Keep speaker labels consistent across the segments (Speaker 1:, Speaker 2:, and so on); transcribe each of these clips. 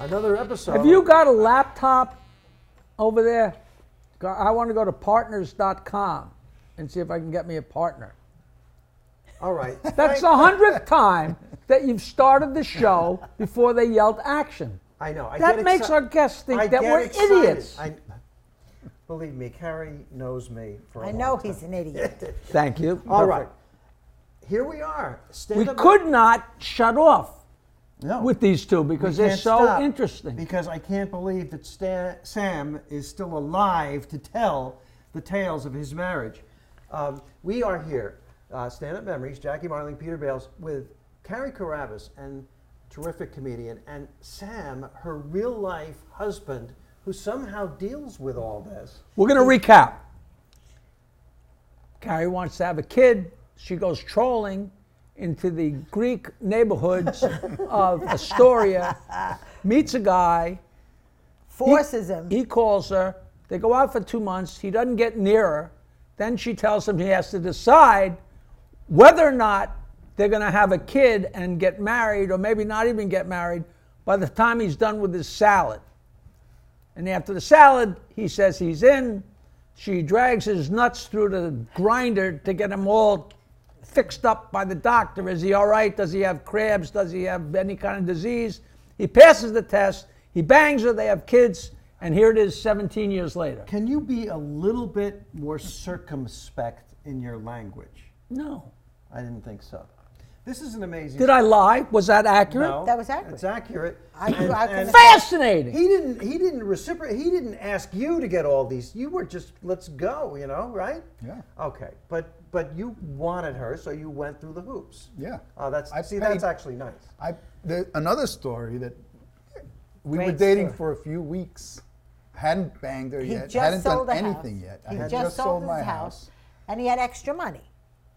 Speaker 1: Another episode.
Speaker 2: If you got a laptop over there, go- I want to go to partners.com and see if I can get me a partner.
Speaker 1: All right.
Speaker 2: That's the hundredth time that you've started the show before they yelled action.
Speaker 1: I know. I
Speaker 2: That
Speaker 1: get
Speaker 2: makes
Speaker 1: exci-
Speaker 2: our guests think
Speaker 1: I
Speaker 2: that
Speaker 1: get
Speaker 2: we're
Speaker 1: excited.
Speaker 2: idiots.
Speaker 1: I, believe me, Carrie knows me for a
Speaker 3: I
Speaker 1: long
Speaker 3: know
Speaker 1: time.
Speaker 3: he's an idiot.
Speaker 2: Thank you.
Speaker 1: All right. Here we are. Stand
Speaker 2: We could not shut off
Speaker 1: no.
Speaker 2: with these two
Speaker 1: We
Speaker 2: because they're
Speaker 1: can't
Speaker 2: so
Speaker 1: stop
Speaker 2: interesting.
Speaker 1: Because I can't believe that Sta- Sam is still alive to tell the tales of his marriage. Um, we are here, uh, Stand Up Memories, Jackie Marling, Peter Bales, with Carrie Carabas, and terrific comedian, and Sam, her real life husband, who somehow deals with all this.
Speaker 2: We're going to recap. Carrie wants to have a kid. She goes trolling into the Greek neighborhoods of Astoria, meets a guy.
Speaker 3: Forces him.
Speaker 2: He calls her. They go out for two months. He doesn't get near her. Then she tells him he has to decide whether or not they're going to have a kid and get married, or maybe not even get married, by the time he's done with his salad. And after the salad, he says he's in. She drags his nuts through the grinder to get him all fixed up by the doctor. Is he all right? Does he have crabs? Does he have any kind of disease? He passes the test. He bangs her. They have kids. And here it is 17 years later.
Speaker 1: Can you be a little bit more circumspect in your language?
Speaker 2: No.
Speaker 1: I didn't think so. This is an amazing.
Speaker 2: Did I lie? Was that accurate?
Speaker 1: No,
Speaker 3: That was accurate.
Speaker 1: It's accurate.
Speaker 3: I- I couldn't-
Speaker 2: Fascinating.
Speaker 1: He didn't. He didn't reciprocate. He didn't ask you to get all these. You were just let's go. You know, right?
Speaker 4: Yeah.
Speaker 1: Okay, but but you wanted her, so you went through the hoops.
Speaker 4: Yeah.
Speaker 1: Oh, that's
Speaker 4: I
Speaker 1: see,
Speaker 4: paid-
Speaker 1: that's actually nice.
Speaker 4: I there, another story that we were
Speaker 3: Great
Speaker 4: dating
Speaker 3: story.
Speaker 4: for a few weeks. Hadn't banged her
Speaker 3: He
Speaker 4: yet.
Speaker 3: just
Speaker 4: hadn't
Speaker 3: sold
Speaker 4: done
Speaker 3: the
Speaker 4: anything
Speaker 3: house.
Speaker 4: yet.
Speaker 3: He
Speaker 4: I had
Speaker 3: just, sold,
Speaker 4: my
Speaker 3: his house, and he had extra money.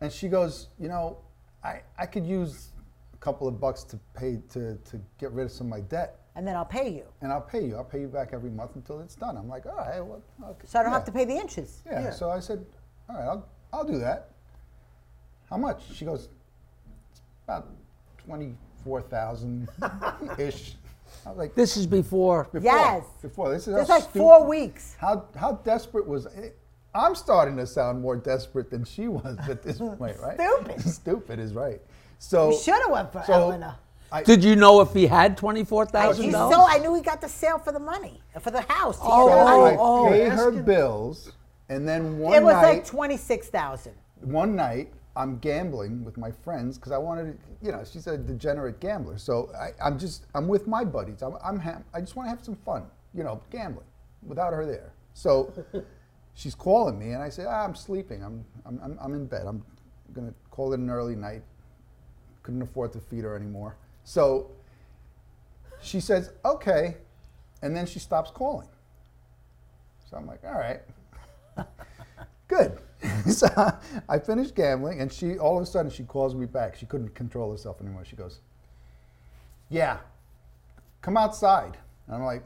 Speaker 4: And she goes, you know, I, I could use a couple of bucks to pay to, to get rid of some of my debt,
Speaker 3: And then I'll pay you,
Speaker 4: and I'll pay you. I'll pay you back every month until it's done. I'm like, all right, well, okay.
Speaker 3: so I don't
Speaker 4: yeah.
Speaker 3: have to pay the interest.
Speaker 4: Yeah.
Speaker 1: Yeah.
Speaker 4: So I said, all right, I'll, I'll do that. How much? She goes, it's about twenty-four thousand ish. I was like,
Speaker 2: This is before.
Speaker 4: before,
Speaker 3: Yes.
Speaker 4: Before this is
Speaker 3: That's
Speaker 4: how
Speaker 3: like four
Speaker 4: stupid-
Speaker 3: weeks.
Speaker 4: How how desperate was it? I'm starting to sound more desperate than she was at this point, right?
Speaker 3: Stupid.
Speaker 4: stupid is right. So
Speaker 3: We shoulda went for
Speaker 4: so
Speaker 3: Eleanor.
Speaker 4: I,
Speaker 2: Did you know if he had
Speaker 3: I,
Speaker 2: $24,000?
Speaker 3: he sold, I knew he got the sale for the money, for the house. He had
Speaker 4: so
Speaker 3: the money.
Speaker 4: I
Speaker 2: oh,
Speaker 4: paid her
Speaker 1: asking-
Speaker 4: bills, and then one
Speaker 3: it was
Speaker 4: night,
Speaker 3: like twenty-six thousand.
Speaker 4: one night I'm gambling with my friends because I wanted to, you know, she's a degenerate gambler. So I, I'm just, I'm with my buddies. I'm, I'm ha- I just want to have some fun, you know, gambling without her there. So she's calling me and I say, ah, I'm sleeping. I'm, I'm, I'm, I'm in bed. I'm going to call it an early night. Couldn't afford to feed her anymore. So she says, okay. And then she stops calling. So I'm like, all right, good. so I finished gambling, and she all of a sudden she calls me back. She couldn't control herself anymore. She goes, "Yeah, come outside." And I'm like,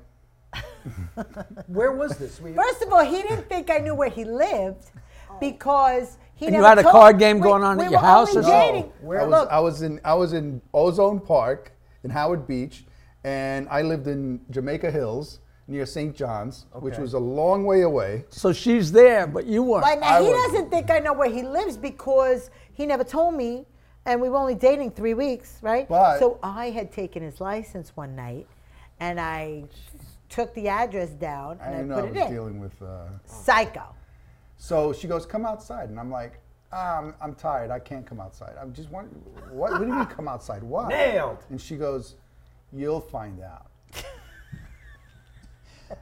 Speaker 1: Where was this? We,
Speaker 3: First of all, he didn't think I knew where he lived
Speaker 4: Oh.
Speaker 3: because he
Speaker 2: And you
Speaker 3: never
Speaker 2: had a
Speaker 3: told-
Speaker 2: card game
Speaker 3: we-
Speaker 2: going on
Speaker 3: we
Speaker 2: at your
Speaker 3: were
Speaker 2: house
Speaker 3: only
Speaker 2: or something?
Speaker 3: dating-
Speaker 4: "No." I was,
Speaker 3: Look,
Speaker 4: I was in I was in Ozone Park in Howard Beach, and I lived in Jamaica Hills near St. John's, which
Speaker 1: Okay.
Speaker 4: was a long way away.
Speaker 2: So she's there, but you weren't.
Speaker 3: But now
Speaker 4: I
Speaker 3: he
Speaker 4: wasn't.
Speaker 3: doesn't think I know where he lives because he never told me, and we were only dating three weeks, right?
Speaker 4: But-
Speaker 3: so I had taken his license one night, and I took the address down
Speaker 4: I
Speaker 3: and I,
Speaker 4: didn't know I
Speaker 3: put
Speaker 4: was
Speaker 3: it in.
Speaker 4: dealing with. Uh,
Speaker 3: Psycho.
Speaker 4: so she goes, "Come outside," and I'm like. Um, I'm tired. I can't come outside. I'm just wondering, what, what do you mean come outside? Why?
Speaker 1: Nailed.
Speaker 4: And she goes, You'll find out.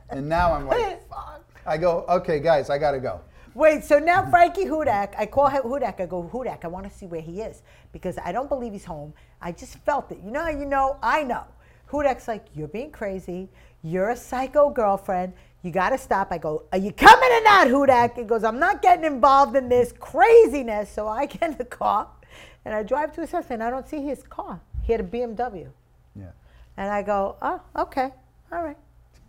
Speaker 4: and now I'm like, Fuck. I go, Okay, guys, I gotta go.
Speaker 3: Wait, so now Frankie Hudak, I call him Hudak. I go, Hudak, I want to see where he is because I don't believe he's home. I just felt it. You know how you know? I know. Hudak's like, You're being crazy. You're a psycho girlfriend. You got to stop. I go, Are you coming or not, Hudak? He goes, I'm not getting involved in this craziness. So I get in the car and I drive to his house and I don't see his car. He had a BMW.
Speaker 4: Yeah.
Speaker 3: And I go, oh, okay, all right.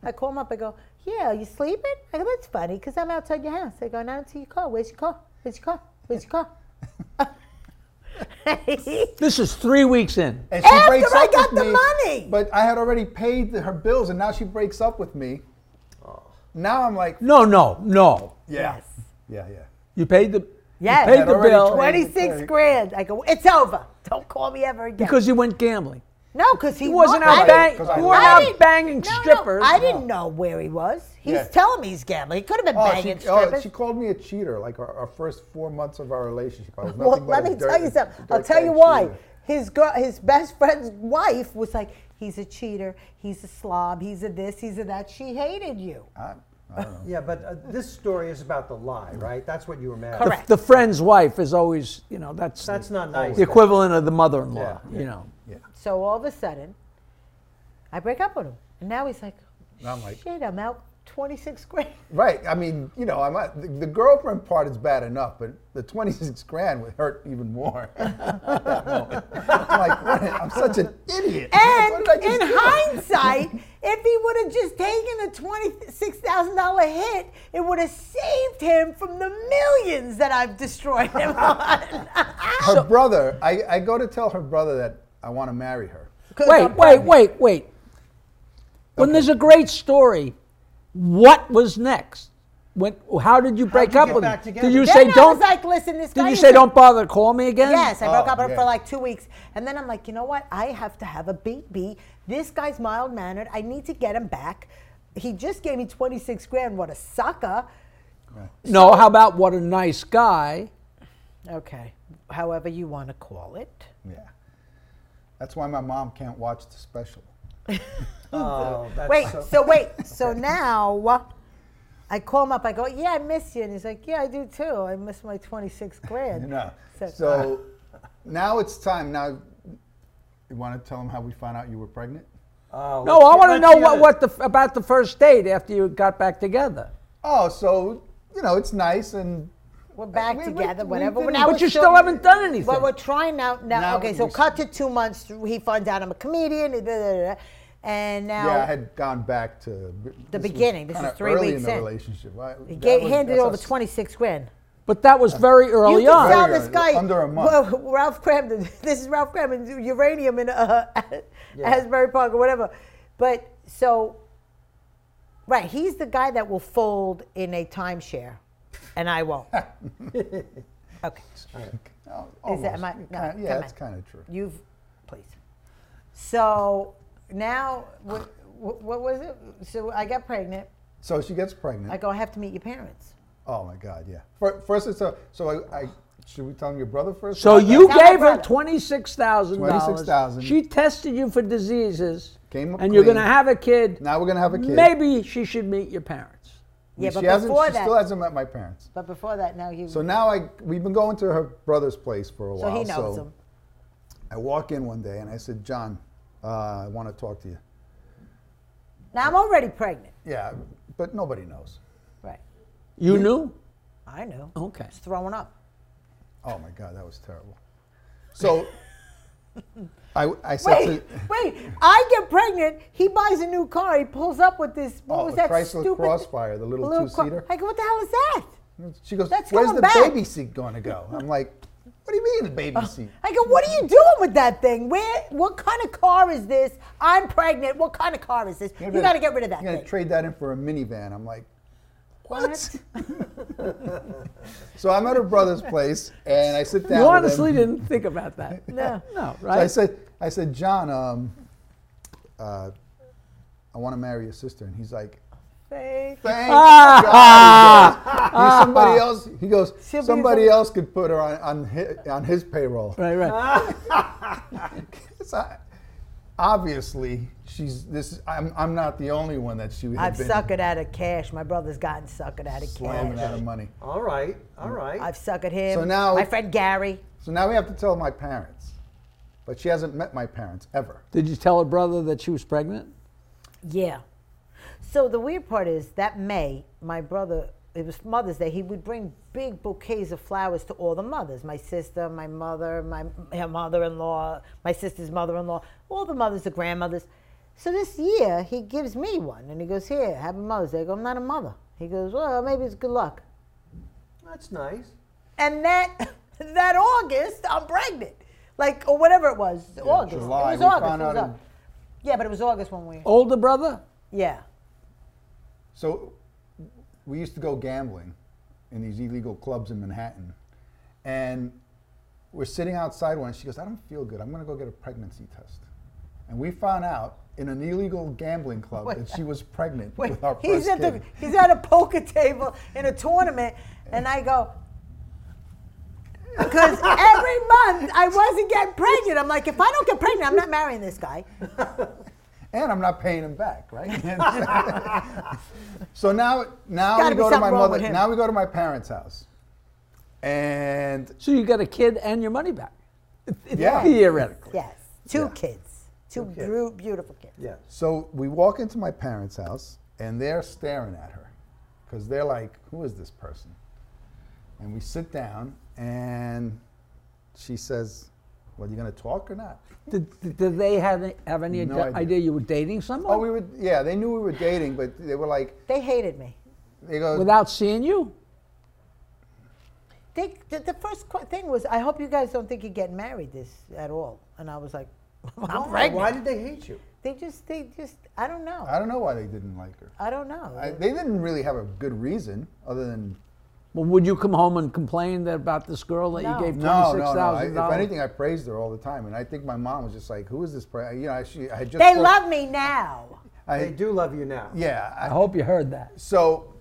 Speaker 3: I call him up. I go, yeah, are you sleeping? I go, that's funny because I'm outside your house. I go, now to your car. Where's your car? Where's your car? Where's your car? money.
Speaker 2: This is three weeks in.
Speaker 4: And she
Speaker 3: After
Speaker 4: breaks
Speaker 3: I
Speaker 4: up
Speaker 3: got
Speaker 4: with
Speaker 3: the
Speaker 4: me,
Speaker 3: money!
Speaker 4: But I had already paid the, her bills, and now she breaks up with me. Now I'm like,
Speaker 2: No, no, no.
Speaker 4: yeah,
Speaker 3: Oh. Yes.
Speaker 4: yeah, yeah.
Speaker 2: You paid the
Speaker 3: Yes.
Speaker 2: you paid
Speaker 3: Had
Speaker 2: the
Speaker 4: already
Speaker 2: bill
Speaker 4: tried-
Speaker 3: 26 grand. I go, it's over. Don't call me ever again.
Speaker 2: because you went gambling.
Speaker 3: no, because he
Speaker 2: You wasn't
Speaker 3: wa- I
Speaker 2: out
Speaker 3: didn't-
Speaker 2: bang,
Speaker 4: 'Cause I
Speaker 2: you
Speaker 4: lied.
Speaker 2: weren't
Speaker 4: I
Speaker 2: out
Speaker 3: didn't-
Speaker 2: banging
Speaker 3: no, no,
Speaker 2: strippers.
Speaker 3: I didn't know where he was. He's
Speaker 4: Yeah.
Speaker 3: telling me he's gambling. He could have been
Speaker 4: Oh, she,
Speaker 3: banging
Speaker 4: oh,
Speaker 3: strippers.
Speaker 4: she called me a cheater like our, our first four months of our relationship. I was nothing
Speaker 3: well,
Speaker 4: but
Speaker 3: let me
Speaker 4: a dirt-
Speaker 3: tell you something. I'll
Speaker 4: dirtbag
Speaker 3: tell you why.
Speaker 4: cheater.
Speaker 3: His girl, his best friend's wife was like, he's a cheater. He's a slob. He's a this. He's a that. She hated you.
Speaker 4: I, I don't know.
Speaker 1: Yeah, but uh, this story is about the lie, right? That's what you were mad. at.
Speaker 3: Correct.
Speaker 2: The friend's wife is always, you know, that's
Speaker 1: That's
Speaker 2: the
Speaker 1: not nice.
Speaker 2: equivalent of the mother-in-law.
Speaker 1: Yeah,
Speaker 2: You know,
Speaker 3: So all of a sudden, I break up with him, and now he's like,
Speaker 4: Now I'm like-
Speaker 3: shit, I'm out 26 grand.
Speaker 4: Right. I mean, you know, I'm not, the, the girlfriend part is bad enough, but the 26 grand would hurt even more. At that moment. I'm like, what, I'm such an idiot.
Speaker 3: And
Speaker 4: What did I just
Speaker 3: in
Speaker 4: do?
Speaker 3: hindsight, if he would have just taken the twenty-six thousand dollar hit, it would have saved him from the millions that I've destroyed him on.
Speaker 4: her brother, I, I go to tell her brother that I want to marry her.
Speaker 3: 'Cause
Speaker 2: wait,
Speaker 3: I'm
Speaker 2: wait,
Speaker 3: pregnant.
Speaker 2: wait, wait. When there's a great story, what was next? When? How did you break
Speaker 1: you
Speaker 2: up
Speaker 1: get
Speaker 2: with
Speaker 1: back
Speaker 2: him?
Speaker 1: together?
Speaker 2: Did you
Speaker 1: Then
Speaker 2: say
Speaker 3: Then I
Speaker 2: don't?
Speaker 3: was like, listen, this
Speaker 2: did
Speaker 3: guy
Speaker 2: you
Speaker 3: is
Speaker 2: say
Speaker 3: a-
Speaker 2: don't bother? Call me again.
Speaker 3: Yes, I broke
Speaker 4: Oh,
Speaker 3: up with him
Speaker 4: yeah.
Speaker 3: for like two weeks. And then I'm like, you know what? I have to have a baby. This guy's mild mannered. I need to get him back. He just gave me 26 grand. What a sucker.
Speaker 2: No. How about what a nice guy?
Speaker 3: Okay, however you want to call it.
Speaker 4: Yeah. That's why my mom can't watch the special.
Speaker 1: Oh, that's
Speaker 3: Wait,
Speaker 1: so-
Speaker 3: so wait, so now I call him up. I go, yeah, I miss you. And he's like, yeah, I do too. I miss my 26 grand.
Speaker 4: No.
Speaker 3: So-
Speaker 4: So now it's time. Now, you want to tell him how we found out you were pregnant?
Speaker 1: oh,
Speaker 2: No,
Speaker 1: let's
Speaker 2: I
Speaker 1: get
Speaker 2: want to
Speaker 1: back
Speaker 2: know what,
Speaker 1: together.
Speaker 2: what the f- about the first date after you got back together.
Speaker 4: Oh, so, you know, it's nice and.
Speaker 3: We're back
Speaker 4: We- we-
Speaker 3: together,
Speaker 4: we
Speaker 3: whatever.
Speaker 4: didn't-
Speaker 3: Now
Speaker 4: But
Speaker 3: we're
Speaker 2: you still haven't done anything.
Speaker 3: But we're trying now. Now,
Speaker 4: Now
Speaker 3: okay,
Speaker 4: we-
Speaker 3: so
Speaker 4: we-
Speaker 3: cut to two months. He finds out I'm a comedian, da, da, da, da. and now
Speaker 4: Yeah, I had gone back to the
Speaker 3: beginning. This is three
Speaker 4: early
Speaker 3: weeks
Speaker 4: in the
Speaker 3: in.
Speaker 4: relationship. I,
Speaker 3: he
Speaker 4: that
Speaker 3: gave,
Speaker 4: was-
Speaker 3: handed
Speaker 4: that's
Speaker 3: over
Speaker 4: us-
Speaker 3: 26 grand.
Speaker 2: But that was Oh, very early
Speaker 3: you can
Speaker 2: on.
Speaker 3: tell
Speaker 4: Very
Speaker 3: this
Speaker 4: early,
Speaker 3: guy
Speaker 4: under a month.
Speaker 3: Well, Ralph Cramden. This is Ralph Cramden, uranium in uh, Asbury Park or whatever. But so, right, he's the guy that will fold in a timeshare, and I won't. okay,
Speaker 4: Oh,
Speaker 3: Is that-
Speaker 4: almost.
Speaker 3: am I-
Speaker 4: Kinda-
Speaker 3: no,
Speaker 4: yeah,
Speaker 3: come
Speaker 4: that's
Speaker 3: on.
Speaker 4: kind of true.
Speaker 3: you've please. So now, what, what was it? So I got pregnant.
Speaker 4: So she gets pregnant.
Speaker 3: I go, I have to meet your parents.
Speaker 4: oh my God, yeah. Fir- First, it's a, so I, I should we tell him your brother first?
Speaker 2: So
Speaker 4: Not that-
Speaker 2: you
Speaker 3: Tell my
Speaker 2: gave her
Speaker 3: brother.
Speaker 2: twenty-six thousand dollars.
Speaker 4: $26,000.
Speaker 2: She tested you for diseases,
Speaker 4: Came up
Speaker 2: and you're
Speaker 4: clean.
Speaker 2: going to have a kid.
Speaker 4: Now we're gonna have a kid.
Speaker 2: Maybe she should meet your parents.
Speaker 3: Yeah, but
Speaker 4: she hasn't.
Speaker 3: before
Speaker 4: she
Speaker 3: that,
Speaker 4: still hasn't met my parents.
Speaker 3: but before that, now he.
Speaker 4: So now I we've been going to her brother's place for a
Speaker 3: so
Speaker 4: while.
Speaker 3: he knows
Speaker 4: so
Speaker 3: him.
Speaker 4: I walk in one day and I said, John, uh, I want to talk to you.
Speaker 3: Now I'm already pregnant.
Speaker 4: Yeah, but nobody knows.
Speaker 3: Right.
Speaker 2: You knew?
Speaker 3: I knew.
Speaker 2: Okay.
Speaker 3: It's throwing up.
Speaker 4: Oh my God, that was terrible. So I, I said
Speaker 3: Wait,
Speaker 4: to.
Speaker 3: wait. I get pregnant. He buys a new car. He pulls up with this. What
Speaker 4: Oh,
Speaker 3: was
Speaker 4: the
Speaker 3: that
Speaker 4: Chrysler
Speaker 3: stupid
Speaker 4: Crossfire, the little
Speaker 3: car-
Speaker 4: two-seater?
Speaker 3: I go, what the hell is that?
Speaker 4: She goes,
Speaker 3: That's
Speaker 4: "Where's
Speaker 3: coming
Speaker 4: the
Speaker 3: back." Oh.
Speaker 4: baby seat going to go?" I'm like, "What do you mean the baby seat?"
Speaker 3: I go, what are you doing with that thing? Where? What kind of car is this? I'm pregnant. What kind of car is this? You got to get rid of that
Speaker 4: You're
Speaker 3: thing.
Speaker 4: gonna trade that in for a minivan. I'm like, "What?" so I'm at her brother's place, and I sit down.
Speaker 2: You
Speaker 4: with
Speaker 2: honestly
Speaker 4: him.
Speaker 2: didn't think about that. no, no,
Speaker 4: So I
Speaker 2: right?
Speaker 4: said, "I said, John, um, uh, I want to marry your sister," and he's like,
Speaker 3: Thank you.
Speaker 4: Thank God. He goes, "He's somebody else. He goes.
Speaker 3: Ah. She'll be
Speaker 4: somebody
Speaker 3: the-
Speaker 4: else could put her on on his, on his payroll.
Speaker 2: right,
Speaker 4: "Ah."
Speaker 2: right.
Speaker 4: It's not- obviously, she's this. I'm I'm not the only one that she had
Speaker 3: I've
Speaker 4: been
Speaker 3: suckered out of cash. My brother's gotten suckered out of
Speaker 4: slamming
Speaker 3: cash.
Speaker 4: out of money.
Speaker 1: All right, all right.
Speaker 3: Mm. I've suckered him.
Speaker 4: So now-
Speaker 3: my friend Gary.
Speaker 4: So now we have to tell my parents, but she hasn't met my parents ever.
Speaker 2: Did you tell her brother that she was pregnant?
Speaker 3: Yeah. So the weird part is that May, my brother, it was Mother's Day. He would bring big bouquets of flowers to all the mothers. My sister, my mother, my her mother-in-law, my sister's mother-in-law, all the mothers, the grandmothers. So this year he gives me one and he goes, "Here, have a Mother's Day." I go, "I'm not a mother." He goes, "Well, maybe it's good luck."
Speaker 1: That's nice.
Speaker 3: And that that August, I'm pregnant. like or whatever it was. August.
Speaker 4: July,
Speaker 3: It was
Speaker 4: we
Speaker 3: August.
Speaker 4: found
Speaker 3: it was
Speaker 4: out in-
Speaker 3: August. Yeah, but it was August when we.
Speaker 2: Older brother?
Speaker 3: Yeah.
Speaker 4: So we used to go gambling in these illegal clubs in Manhattan. And we're sitting outside one, and she goes, I don't feel good. I'm going to go get a pregnancy test. And we found out in an illegal gambling club
Speaker 3: Wait.
Speaker 4: that she was pregnant
Speaker 3: Wait,
Speaker 4: with our
Speaker 3: he's
Speaker 4: first
Speaker 3: at the
Speaker 4: kid.
Speaker 3: he's at a poker table in a tournament, and I go because every month I wasn't getting pregnant. I'm like, if I don't get pregnant, I'm not marrying this guy.
Speaker 4: And I'm not paying him back, right? so now, now
Speaker 3: Gotta
Speaker 4: we
Speaker 3: be
Speaker 4: go to
Speaker 3: something
Speaker 4: my
Speaker 3: wrong
Speaker 4: mother.
Speaker 3: with him.
Speaker 4: Now we go to my parents' house, and
Speaker 2: So you get a kid and your money back.
Speaker 4: Yeah.
Speaker 2: Theoretically.
Speaker 3: Yes, two
Speaker 4: Yeah.
Speaker 3: kids, two
Speaker 1: kids.
Speaker 3: bru- beautiful kids.
Speaker 1: Yes.
Speaker 4: So we walk into my parents' house, and they're staring at her because they're like, Who is this person? And we sit down, and she says, Well, you going to talk or not?
Speaker 2: Did, did- did they have, any- have any
Speaker 4: No
Speaker 2: idea.
Speaker 4: idea.
Speaker 2: you were dating someone
Speaker 4: Oh, we were, yeah, they knew we were dating, but they were like,
Speaker 3: They hated me.
Speaker 4: They go,
Speaker 2: without seeing you?
Speaker 3: They, the, the first qu- thing was, I hope you guys don't think you're getting married this at all. And I was like, I'm
Speaker 1: Why?
Speaker 3: pregnant.
Speaker 1: Why did they hate you?
Speaker 3: They just, they just, I don't know.
Speaker 4: I don't know why they didn't like her.
Speaker 3: I don't know.
Speaker 4: I, they didn't really have a good reason other than,
Speaker 2: Well, would you come home and complain that about this girl that
Speaker 3: No.
Speaker 2: you gave
Speaker 4: No,
Speaker 2: twenty
Speaker 4: no,
Speaker 2: six
Speaker 4: no. I,
Speaker 2: thousand
Speaker 4: if
Speaker 2: dollars?
Speaker 4: anything, I praised her all the time. And I think my mom was just like, Who is this? Pra-? You know, I, she, I had just.
Speaker 3: they
Speaker 4: broke-
Speaker 3: love me now.
Speaker 4: I-
Speaker 1: They do love you now.
Speaker 4: Yeah. I-
Speaker 2: I hope you heard that.
Speaker 4: so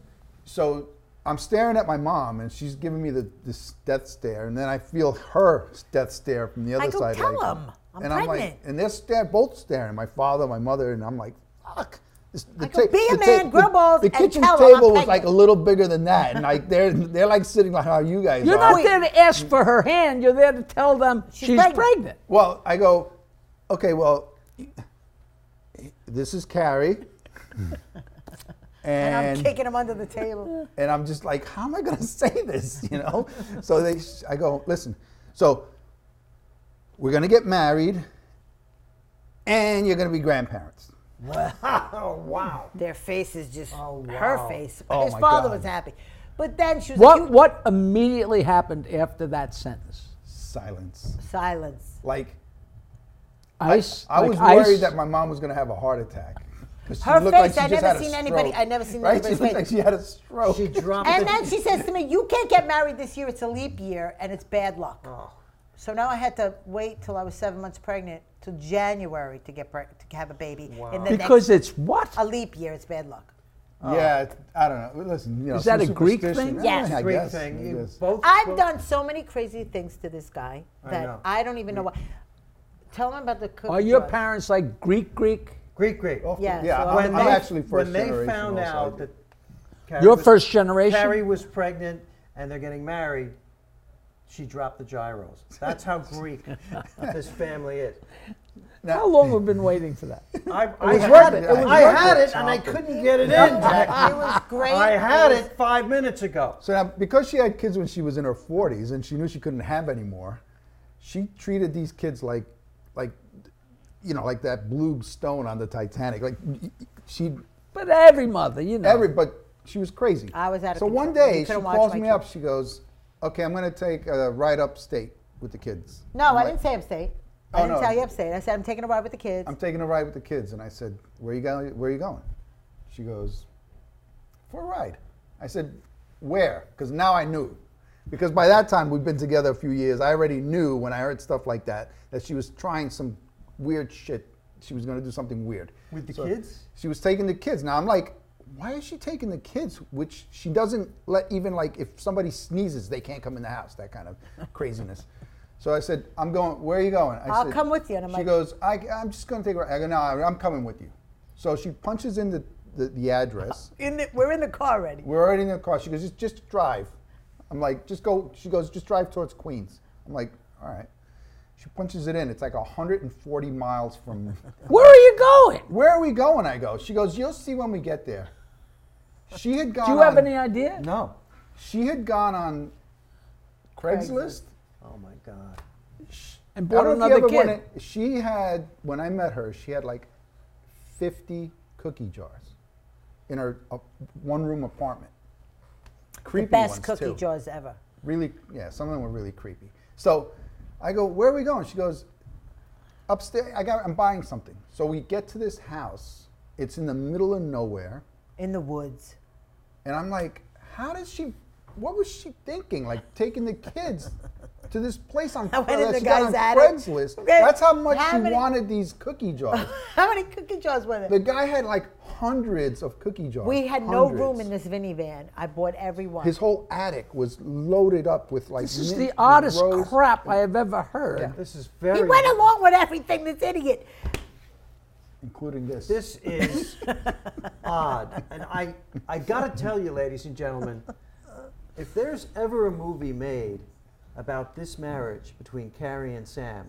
Speaker 4: so I'm staring at my mom and she's giving me the this death stare and then I feel her death stare from the other
Speaker 3: go,
Speaker 4: side.
Speaker 3: "Tell
Speaker 4: like,
Speaker 3: 'em, I'm
Speaker 4: and I'm like,
Speaker 3: pregnant."
Speaker 4: and they're stare, both staring, my father, my mother, and I'm like, fuck. This, the
Speaker 3: I go, "Be a
Speaker 4: the
Speaker 3: man, grow
Speaker 4: the-
Speaker 3: balls,
Speaker 4: The,
Speaker 3: and
Speaker 4: kitchen
Speaker 3: tell 'em I'm
Speaker 4: table was like
Speaker 3: pregnant."
Speaker 4: a little bigger than that, and like they're they're like sitting like how you guys
Speaker 2: You're
Speaker 4: are.
Speaker 2: not there to ask for her hand. You're there to tell them she's,
Speaker 3: She's pregnant.
Speaker 2: pregnant.
Speaker 4: Well, I go, okay, well, this is Carrie,
Speaker 3: And, I'm kicking them under the table.
Speaker 4: and I'm just like, how am I going to say this? You know? so they, I go, listen. So we're going to get married, and you're going to be grandparents.
Speaker 1: Oh wow.
Speaker 3: Their faces just,
Speaker 1: Oh,
Speaker 3: her
Speaker 1: wow.
Speaker 3: face.
Speaker 4: Oh,
Speaker 3: His
Speaker 4: my
Speaker 3: father
Speaker 4: God.
Speaker 3: was happy. But then she was like,
Speaker 2: What
Speaker 3: "You-"
Speaker 2: what immediately happened after that sentence?
Speaker 4: Silence.
Speaker 3: silence.
Speaker 4: Like
Speaker 2: Ice.
Speaker 4: I
Speaker 2: like
Speaker 4: was
Speaker 2: ice?
Speaker 4: worried that my mom was going to have a heart attack. 'Cause she
Speaker 3: Her
Speaker 4: looked
Speaker 3: face,
Speaker 4: she
Speaker 3: I
Speaker 4: just
Speaker 3: never
Speaker 4: had a
Speaker 3: seen anybody-
Speaker 4: stroke.
Speaker 3: I never seen
Speaker 4: right?
Speaker 3: anybody's
Speaker 4: She looked
Speaker 3: face.
Speaker 4: like she had a stroke.
Speaker 1: She dropped
Speaker 3: Oh. And
Speaker 1: the-
Speaker 3: then she says to me, You can't get married this year. It's a leap year and it's bad luck.
Speaker 1: Oh.
Speaker 3: So now I had to wait till I was seven months pregnant, till January to get preg- to have a baby.
Speaker 1: Wow.
Speaker 3: And then
Speaker 2: because it's what?
Speaker 3: a leap year, it's bad luck.
Speaker 4: yeah, it's- Oh, I don't know. Listen, you know,
Speaker 2: Is that
Speaker 4: some
Speaker 2: a Greek thing?
Speaker 4: superstition.
Speaker 3: Yes.
Speaker 4: I,
Speaker 1: Great
Speaker 4: guess,
Speaker 1: thing.
Speaker 4: I
Speaker 1: You
Speaker 4: guess.
Speaker 1: both-
Speaker 3: I've
Speaker 1: both-
Speaker 3: done so many crazy things to this guy
Speaker 1: I
Speaker 3: that
Speaker 1: know.
Speaker 3: I, don't even know why. Tell him about the cookie.
Speaker 2: Are your
Speaker 3: jar.
Speaker 2: parents like Greek Greek?
Speaker 1: Great, great.
Speaker 4: Oh,
Speaker 3: Yeah,
Speaker 4: yeah,
Speaker 3: so
Speaker 4: I'm,
Speaker 3: When
Speaker 4: I'm
Speaker 1: they-
Speaker 4: actually first
Speaker 1: when they
Speaker 4: generation
Speaker 1: found
Speaker 4: also, I
Speaker 1: out
Speaker 4: did.
Speaker 1: that Carrie
Speaker 2: Your
Speaker 1: was-
Speaker 2: first generation?
Speaker 1: Carrie was pregnant and they're getting married, she dropped the gyros. That's how Greek this family is.
Speaker 2: How long have we been waiting for that?
Speaker 1: I, I
Speaker 4: was
Speaker 1: had
Speaker 4: worth
Speaker 1: it.
Speaker 4: it. It was
Speaker 1: I
Speaker 4: worth
Speaker 1: had
Speaker 4: it,
Speaker 1: it and I
Speaker 4: Tom.
Speaker 1: couldn't get it in, Jack.
Speaker 3: It was great.
Speaker 1: I had it five minutes ago.
Speaker 4: So now, because she had kids when she was in her 40s and she knew she couldn't have any more, she treated these kids like, like, you know, like that blue stone on the Titanic. Like she,
Speaker 2: But every mother, you know.
Speaker 4: every, but she was crazy.
Speaker 3: I was out of
Speaker 4: So one
Speaker 3: control. You
Speaker 4: day she
Speaker 3: couldn't watch
Speaker 4: calls
Speaker 3: my
Speaker 4: me
Speaker 3: kid.
Speaker 4: up. She goes, "Okay, I'm going to take a ride upstate with the kids."
Speaker 3: No,
Speaker 4: I'm
Speaker 3: I
Speaker 4: like,
Speaker 3: didn't say upstate.
Speaker 4: Oh,
Speaker 3: I didn't
Speaker 4: no.
Speaker 3: tell you upstate. I said I'm taking a ride with the kids.
Speaker 4: I'm taking a ride with the kids, and I said, "Where you going? Where you going?" She goes, "For a ride." I said, "Where?" Because now I knew, because by that time we'd been together a few years. I already knew when I heard stuff like that that she was trying some weird shit. She was going to do something weird
Speaker 1: With the kids?
Speaker 4: She was taking the kids. Now I'm like, why is she taking the kids? Which she doesn't let even like if somebody sneezes, they can't come in the house. That kind of craziness. So I said, I'm going. Where are you going? I
Speaker 3: I'll
Speaker 4: said-
Speaker 3: come with you. And I'm
Speaker 4: she
Speaker 3: like-
Speaker 4: goes, I, I'm just going to take her. I go, no, I'm coming with you. So she punches in the, the, the address.
Speaker 3: in the, we're in the car already.
Speaker 4: We're already in the car. She goes, just, just drive. I'm like, just go. She goes, just drive towards Queens. I'm like, all right. She punches it in. It's like 140 miles from.
Speaker 2: Where are you going?
Speaker 4: Where are we going? I go. She goes, you'll see when we get there. She had gone.
Speaker 2: Do you have
Speaker 4: on-
Speaker 2: any idea?
Speaker 1: No.
Speaker 4: She had gone on Craigslist.
Speaker 1: Oh my God.
Speaker 2: And
Speaker 4: I
Speaker 2: bought
Speaker 4: don't know if
Speaker 2: another
Speaker 4: you ever
Speaker 2: kid.
Speaker 4: went in- she had when I met her, she had like fifty cookie jars in her uh, one-room apartment. Creepy
Speaker 3: Best
Speaker 4: ones,
Speaker 3: cookie
Speaker 4: too.
Speaker 3: jars ever.
Speaker 4: Really, yeah. Some of them were really creepy. So I go, where are we going? She goes, upstairs. I got. I'm buying something. So we get to this house. It's in the middle of nowhere,
Speaker 3: in the woods.
Speaker 4: and I'm like, how did she? What was she thinking? Like taking the kids to this place on,
Speaker 3: I went in
Speaker 4: that
Speaker 3: the
Speaker 4: she got
Speaker 3: guy's
Speaker 4: on
Speaker 3: attic.
Speaker 4: Craigslist.
Speaker 3: Okay.
Speaker 4: That's how much
Speaker 3: How
Speaker 4: she
Speaker 3: many-
Speaker 4: wanted these cookie jars.
Speaker 3: How many cookie jars were there?
Speaker 4: the guy had like hundreds of cookie jars.
Speaker 3: we had no
Speaker 4: hundreds.
Speaker 3: room in this minivan. I bought every one.
Speaker 4: His whole attic was loaded up with like.
Speaker 2: This is
Speaker 4: mint
Speaker 2: the
Speaker 4: and
Speaker 2: oddest
Speaker 4: rose.
Speaker 2: crap I have ever heard.
Speaker 1: This is very.
Speaker 3: he went along with everything. This idiot.
Speaker 4: including this.
Speaker 1: This is odd. And I, I got to tell you, ladies and gentlemen, if there's ever a movie made about this marriage between Carrie and Sam,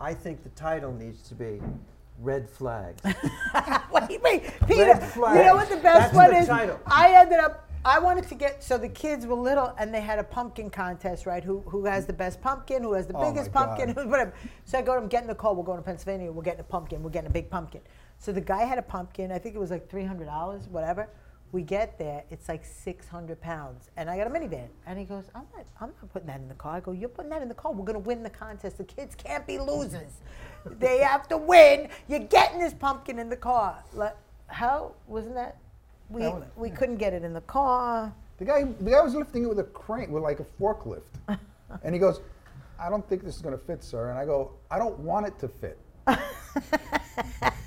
Speaker 1: I think the title needs to be Red Flags.
Speaker 3: wait, wait, Peter. You know
Speaker 1: flags.
Speaker 3: what the
Speaker 1: That's
Speaker 3: best one
Speaker 1: the
Speaker 3: is?
Speaker 1: title.
Speaker 3: I ended up. I wanted to get so the kids were little and they had a pumpkin contest, right? Who who has the best pumpkin? Who has the
Speaker 4: Oh, my
Speaker 3: biggest pumpkin?
Speaker 4: God.
Speaker 3: Who whatever. So I go to him, get in the car. We're going to Pennsylvania. We're getting a pumpkin. We're getting a big pumpkin. So the guy had a pumpkin. I think it was like three hundred dollars, whatever. We get there, it's like six hundred pounds, and I got a minivan. And he goes, "I'm not, I'm not putting that in the car." I go, "You're putting that in the car. We're gonna win the contest. The kids can't be losers. they have to win. You're getting this pumpkin in the car." Like, how wasn't that? We
Speaker 4: That was-
Speaker 3: we couldn't get it in the car.
Speaker 4: The guy, the guy was lifting it with a crane, with like a forklift, and he goes, "I don't think this is going to fit, sir." And I go, "I don't want it to fit."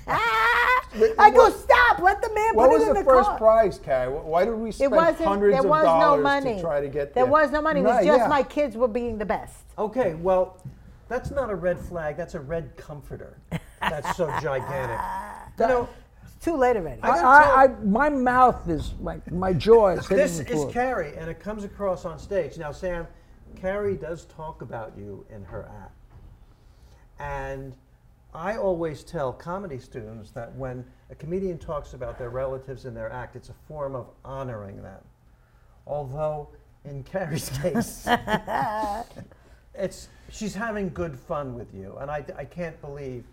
Speaker 3: Ah!
Speaker 4: Wait,
Speaker 3: I go,
Speaker 4: what-
Speaker 3: "Stop! Let the man
Speaker 4: What
Speaker 3: put it
Speaker 4: was
Speaker 3: in
Speaker 4: the,
Speaker 3: the,
Speaker 4: first
Speaker 3: car."
Speaker 4: prize, Carrie? Wh- Why did we
Speaker 3: It
Speaker 4: spend
Speaker 3: wasn't.
Speaker 4: hundreds
Speaker 3: There was
Speaker 4: of dollars
Speaker 3: no money.
Speaker 4: to try to get
Speaker 3: there?
Speaker 4: there?
Speaker 3: was no money. It was
Speaker 4: No,
Speaker 3: just
Speaker 4: yeah.
Speaker 3: my kids were being the best.
Speaker 1: Okay, well, that's not a red flag. That's a red comforter. That's so gigantic. You know,
Speaker 3: It's too late already.
Speaker 2: I, I, I, my mouth is like my jaw is hitting
Speaker 1: this
Speaker 2: the
Speaker 1: is
Speaker 2: floor.
Speaker 1: Carrie, and it comes across on stage. Now, Sam, Carrie does talk about you in her act. And I always tell comedy students that when a comedian talks about their relatives in their act, it's a form of honoring them. Although, in Carrie's case, it's she's having good fun with you, and I, I can't believe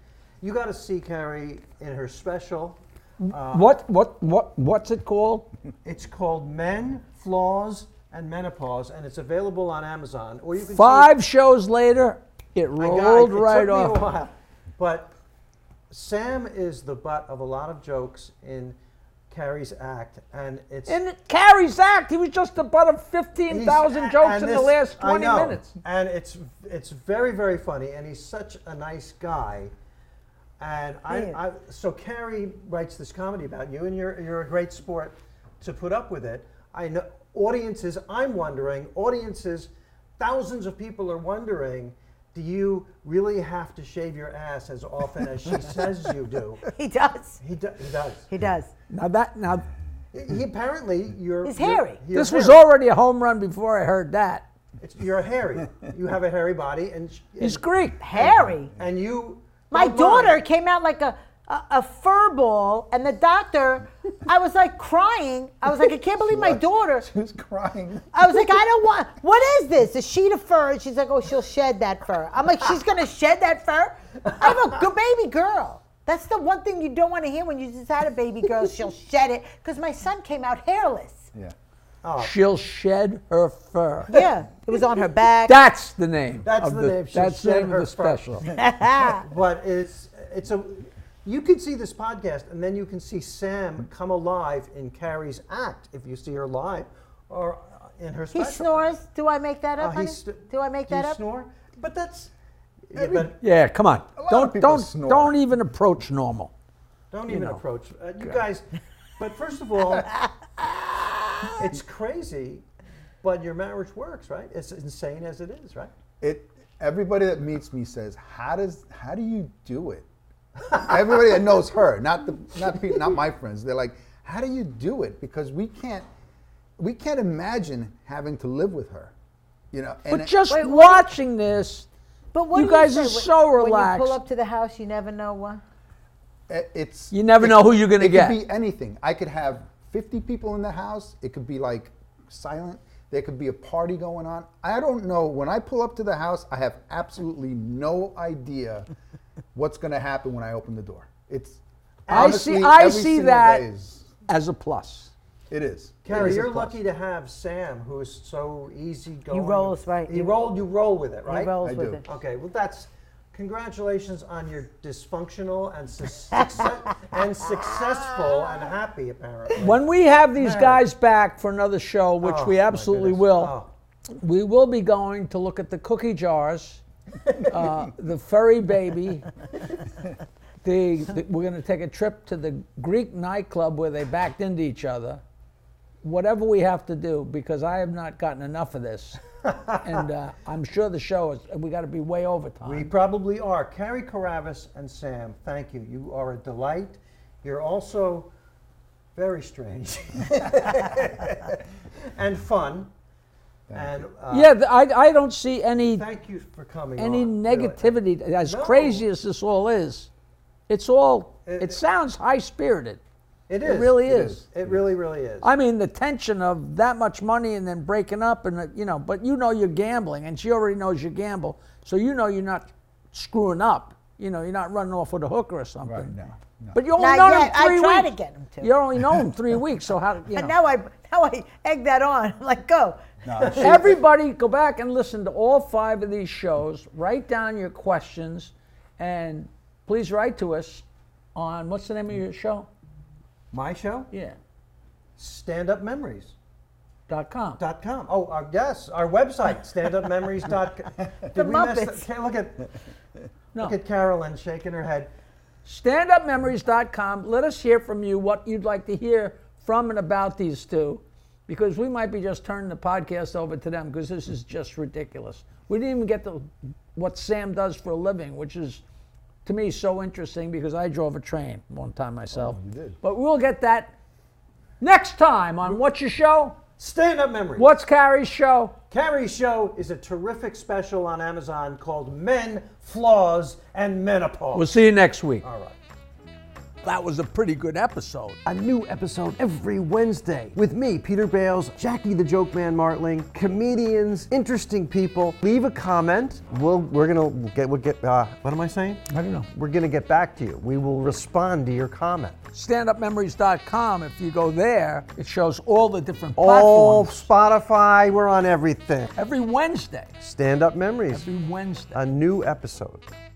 Speaker 1: you got to see Carrie in her special.
Speaker 2: what what what what's it called?
Speaker 1: It's called Men, Flaws, and Menopause, and it's available on Amazon. Or you can
Speaker 2: Five shows later, it
Speaker 1: see, I got-
Speaker 2: rolled
Speaker 1: it
Speaker 2: right
Speaker 1: took me a
Speaker 2: off.
Speaker 1: while. But Sam is the butt of a lot of jokes in Carrie's act, and it's
Speaker 2: And Carrie's act, he was just the butt of fifteen
Speaker 1: he's-
Speaker 2: thousand
Speaker 1: and
Speaker 2: jokes in the
Speaker 1: this-
Speaker 2: last
Speaker 1: I
Speaker 2: twenty
Speaker 1: know,
Speaker 2: minutes.
Speaker 1: And it's it's very very funny, and he's such a nice guy. And I,
Speaker 3: He is.
Speaker 1: I so Carrie writes this comedy about you, and you're you're a great sport to put up with it. I know audiences. I'm wondering audiences. Thousands of people are wondering. Do you really have to shave your ass as often as she says you do?
Speaker 3: he does.
Speaker 1: He, do, he does.
Speaker 3: He does.
Speaker 2: Now that now
Speaker 1: He, apparently you're.
Speaker 3: He's
Speaker 1: you're-
Speaker 3: hairy.
Speaker 1: you're
Speaker 2: this was
Speaker 1: hairy.
Speaker 2: already a home run before I heard that.
Speaker 1: It's, you're hairy. You have a hairy body, and sh-
Speaker 2: He's Greek.
Speaker 3: Harry.
Speaker 1: and you.
Speaker 3: My
Speaker 1: don't
Speaker 3: daughter
Speaker 1: mind.
Speaker 3: came out like a, a, a fur ball, and the doctor, I was like crying. I was like, I can't believe my
Speaker 4: was.
Speaker 3: daughter.
Speaker 4: She was crying.
Speaker 3: I was like, I don't want, what is this? A sheet of fur? And she's like, oh, she'll shed that fur. I'm like, she's going to shed that fur? I have a good baby girl. That's the one thing you don't want to hear when you just had a baby girl. She'll shed it. Because my son came out hairless.
Speaker 4: Yeah.
Speaker 1: Oh.
Speaker 2: She'll shed her fur.
Speaker 3: Yeah, it was on her back.
Speaker 2: That's the name.
Speaker 1: That's
Speaker 2: of
Speaker 1: the name. She'll
Speaker 2: That's the
Speaker 1: shed
Speaker 2: name
Speaker 1: her
Speaker 2: of the
Speaker 1: fur.
Speaker 2: special.
Speaker 1: But it's it's a. You can see this podcast, and then you can see Sam come alive in Carrie's act if you see her live, or uh, in her
Speaker 3: he
Speaker 1: special.
Speaker 3: snores. Do I make that
Speaker 1: Uh,
Speaker 3: up,
Speaker 1: he
Speaker 3: honey?
Speaker 1: st-
Speaker 3: Do I make
Speaker 1: do
Speaker 3: that
Speaker 1: you
Speaker 3: up?
Speaker 1: Snore, but that's. Yeah, but
Speaker 2: Yeah, come on.
Speaker 4: lot of
Speaker 2: Don't
Speaker 4: people
Speaker 2: don't
Speaker 4: snore.
Speaker 2: don't even approach normal.
Speaker 1: don't even approach uh, you guys. But first of all, it's crazy, but your marriage works, right? It's insane as it is, right?
Speaker 4: It. Everybody that meets me says, "How does? How do you do it?" everybody that knows her, not the not people, not my friends, they're like, "How do you do it?" Because we can't. We can't imagine having to live with her, you know. And
Speaker 2: But
Speaker 4: it-
Speaker 2: just
Speaker 3: Wait, what-
Speaker 2: watching this,
Speaker 3: But what
Speaker 2: You
Speaker 3: do
Speaker 2: guys
Speaker 3: say
Speaker 2: are
Speaker 3: when-
Speaker 2: so
Speaker 3: When you
Speaker 2: relaxed.
Speaker 3: pull up to the house, you never know what.
Speaker 4: I- Eh, it's
Speaker 2: You never
Speaker 4: it-
Speaker 2: know who you're gonna get.
Speaker 4: It could be anything. I could have 50 people in the house. It could be like silent. There could be a party going on. I don't know. When I pull up to the house, I have absolutely no idea what's going to happen when I open the door. It's
Speaker 2: I see-
Speaker 4: honestly,
Speaker 2: I
Speaker 4: every
Speaker 2: see
Speaker 4: single
Speaker 2: that.
Speaker 4: day is-
Speaker 2: as a plus.
Speaker 4: It is. It
Speaker 1: Carrie,
Speaker 4: is a
Speaker 1: you're
Speaker 4: plus.
Speaker 1: lucky to have Sam, who is so easygoing.
Speaker 3: rolls, right.
Speaker 1: He
Speaker 3: You-
Speaker 1: rolled. You roll with it, right?
Speaker 3: He rolls
Speaker 4: I
Speaker 3: with
Speaker 4: do.
Speaker 3: it.
Speaker 1: Okay. Well, that's congratulations on your dysfunctional and su- success, and successful and happy apparently.
Speaker 2: When we have these
Speaker 1: Man.
Speaker 2: guys back for another show, which
Speaker 1: Oh,
Speaker 2: we
Speaker 1: my
Speaker 2: absolutely
Speaker 1: goodness.
Speaker 2: will,
Speaker 1: Oh.
Speaker 2: we will be going to look at the cookie jars, uh, the furry baby. The, the- we're going to take a trip to the Greek nightclub where they backed into each other. Whatever we have to do, because I have not gotten enough of this, and uh, I'm sure the show is. We got to be way over time.
Speaker 1: Oh, We probably are. Carrie Carabas and Sam, thank you. You are a delight. You're also very strange and fun. and uh,
Speaker 2: yeah, th- I, I don't see any
Speaker 1: thank you for coming.
Speaker 2: any
Speaker 1: on, really.
Speaker 2: negativity as
Speaker 1: No.
Speaker 2: crazy as this all is it's all it,
Speaker 1: It- it-
Speaker 2: sounds high spirited
Speaker 1: It
Speaker 2: it
Speaker 1: is.
Speaker 2: really
Speaker 1: it
Speaker 2: is.
Speaker 1: It really, really is.
Speaker 2: i mean the tension of that much money and then breaking up and uh, you know but you know you're gambling and she already knows you gamble so you know you're not screwing up you know you're not running off with a hooker or something
Speaker 4: Right now. No.
Speaker 2: but you only
Speaker 3: Not
Speaker 2: know
Speaker 3: yet. I
Speaker 2: him three
Speaker 3: try to
Speaker 2: weeks
Speaker 3: get him to.
Speaker 2: you only know him three weeks so how you know
Speaker 3: And now I now I egg that on. I'm like, go.
Speaker 4: No, she-
Speaker 2: Everybody, go back and listen to all five of these shows. Write down your questions, and please write to us on what's the name of your show?
Speaker 1: My show,
Speaker 2: Yeah.
Speaker 1: standupmemories.com.
Speaker 2: Dot com.
Speaker 1: Oh, our, yes, our website, standupmemories.com. Did
Speaker 3: The
Speaker 1: we mess
Speaker 3: Muppets.
Speaker 1: that- Ca- Look at,
Speaker 2: No.
Speaker 1: look at Carolyn shaking her head.
Speaker 2: Standupmemories.com. Let us hear from you what you'd like to hear from and about these two, because we might be just turning the podcast over to them because this is just ridiculous. We didn't even get to what Sam does for a living, which is to me so interesting because I drove a train one time myself.
Speaker 4: you did.
Speaker 2: But we'll get that next time on What's Your Show?
Speaker 1: Stand Up Memories.
Speaker 2: What's Carrie's Show?
Speaker 1: Carrie's show is a terrific special on Amazon called Men, Flaws, and Menopause.
Speaker 2: We'll see you next week.
Speaker 1: All right.
Speaker 2: That was a pretty good episode.
Speaker 1: a new episode every Wednesday with me, Peter Bales, Jackie the Joke Man Martling, comedians, interesting people. Leave a comment. We'll, we're gonna get we'll get. Uh, what am I saying?
Speaker 2: I don't know.
Speaker 1: We're gonna get back to you. We will respond to your comment.
Speaker 2: Standupmemories.com, if you go there, it shows all the different
Speaker 1: All
Speaker 2: platforms.
Speaker 1: Oh, Spotify. We're on everything.
Speaker 2: Every Wednesday.
Speaker 1: Stand up memories.
Speaker 2: Every Wednesday.
Speaker 1: A new episode.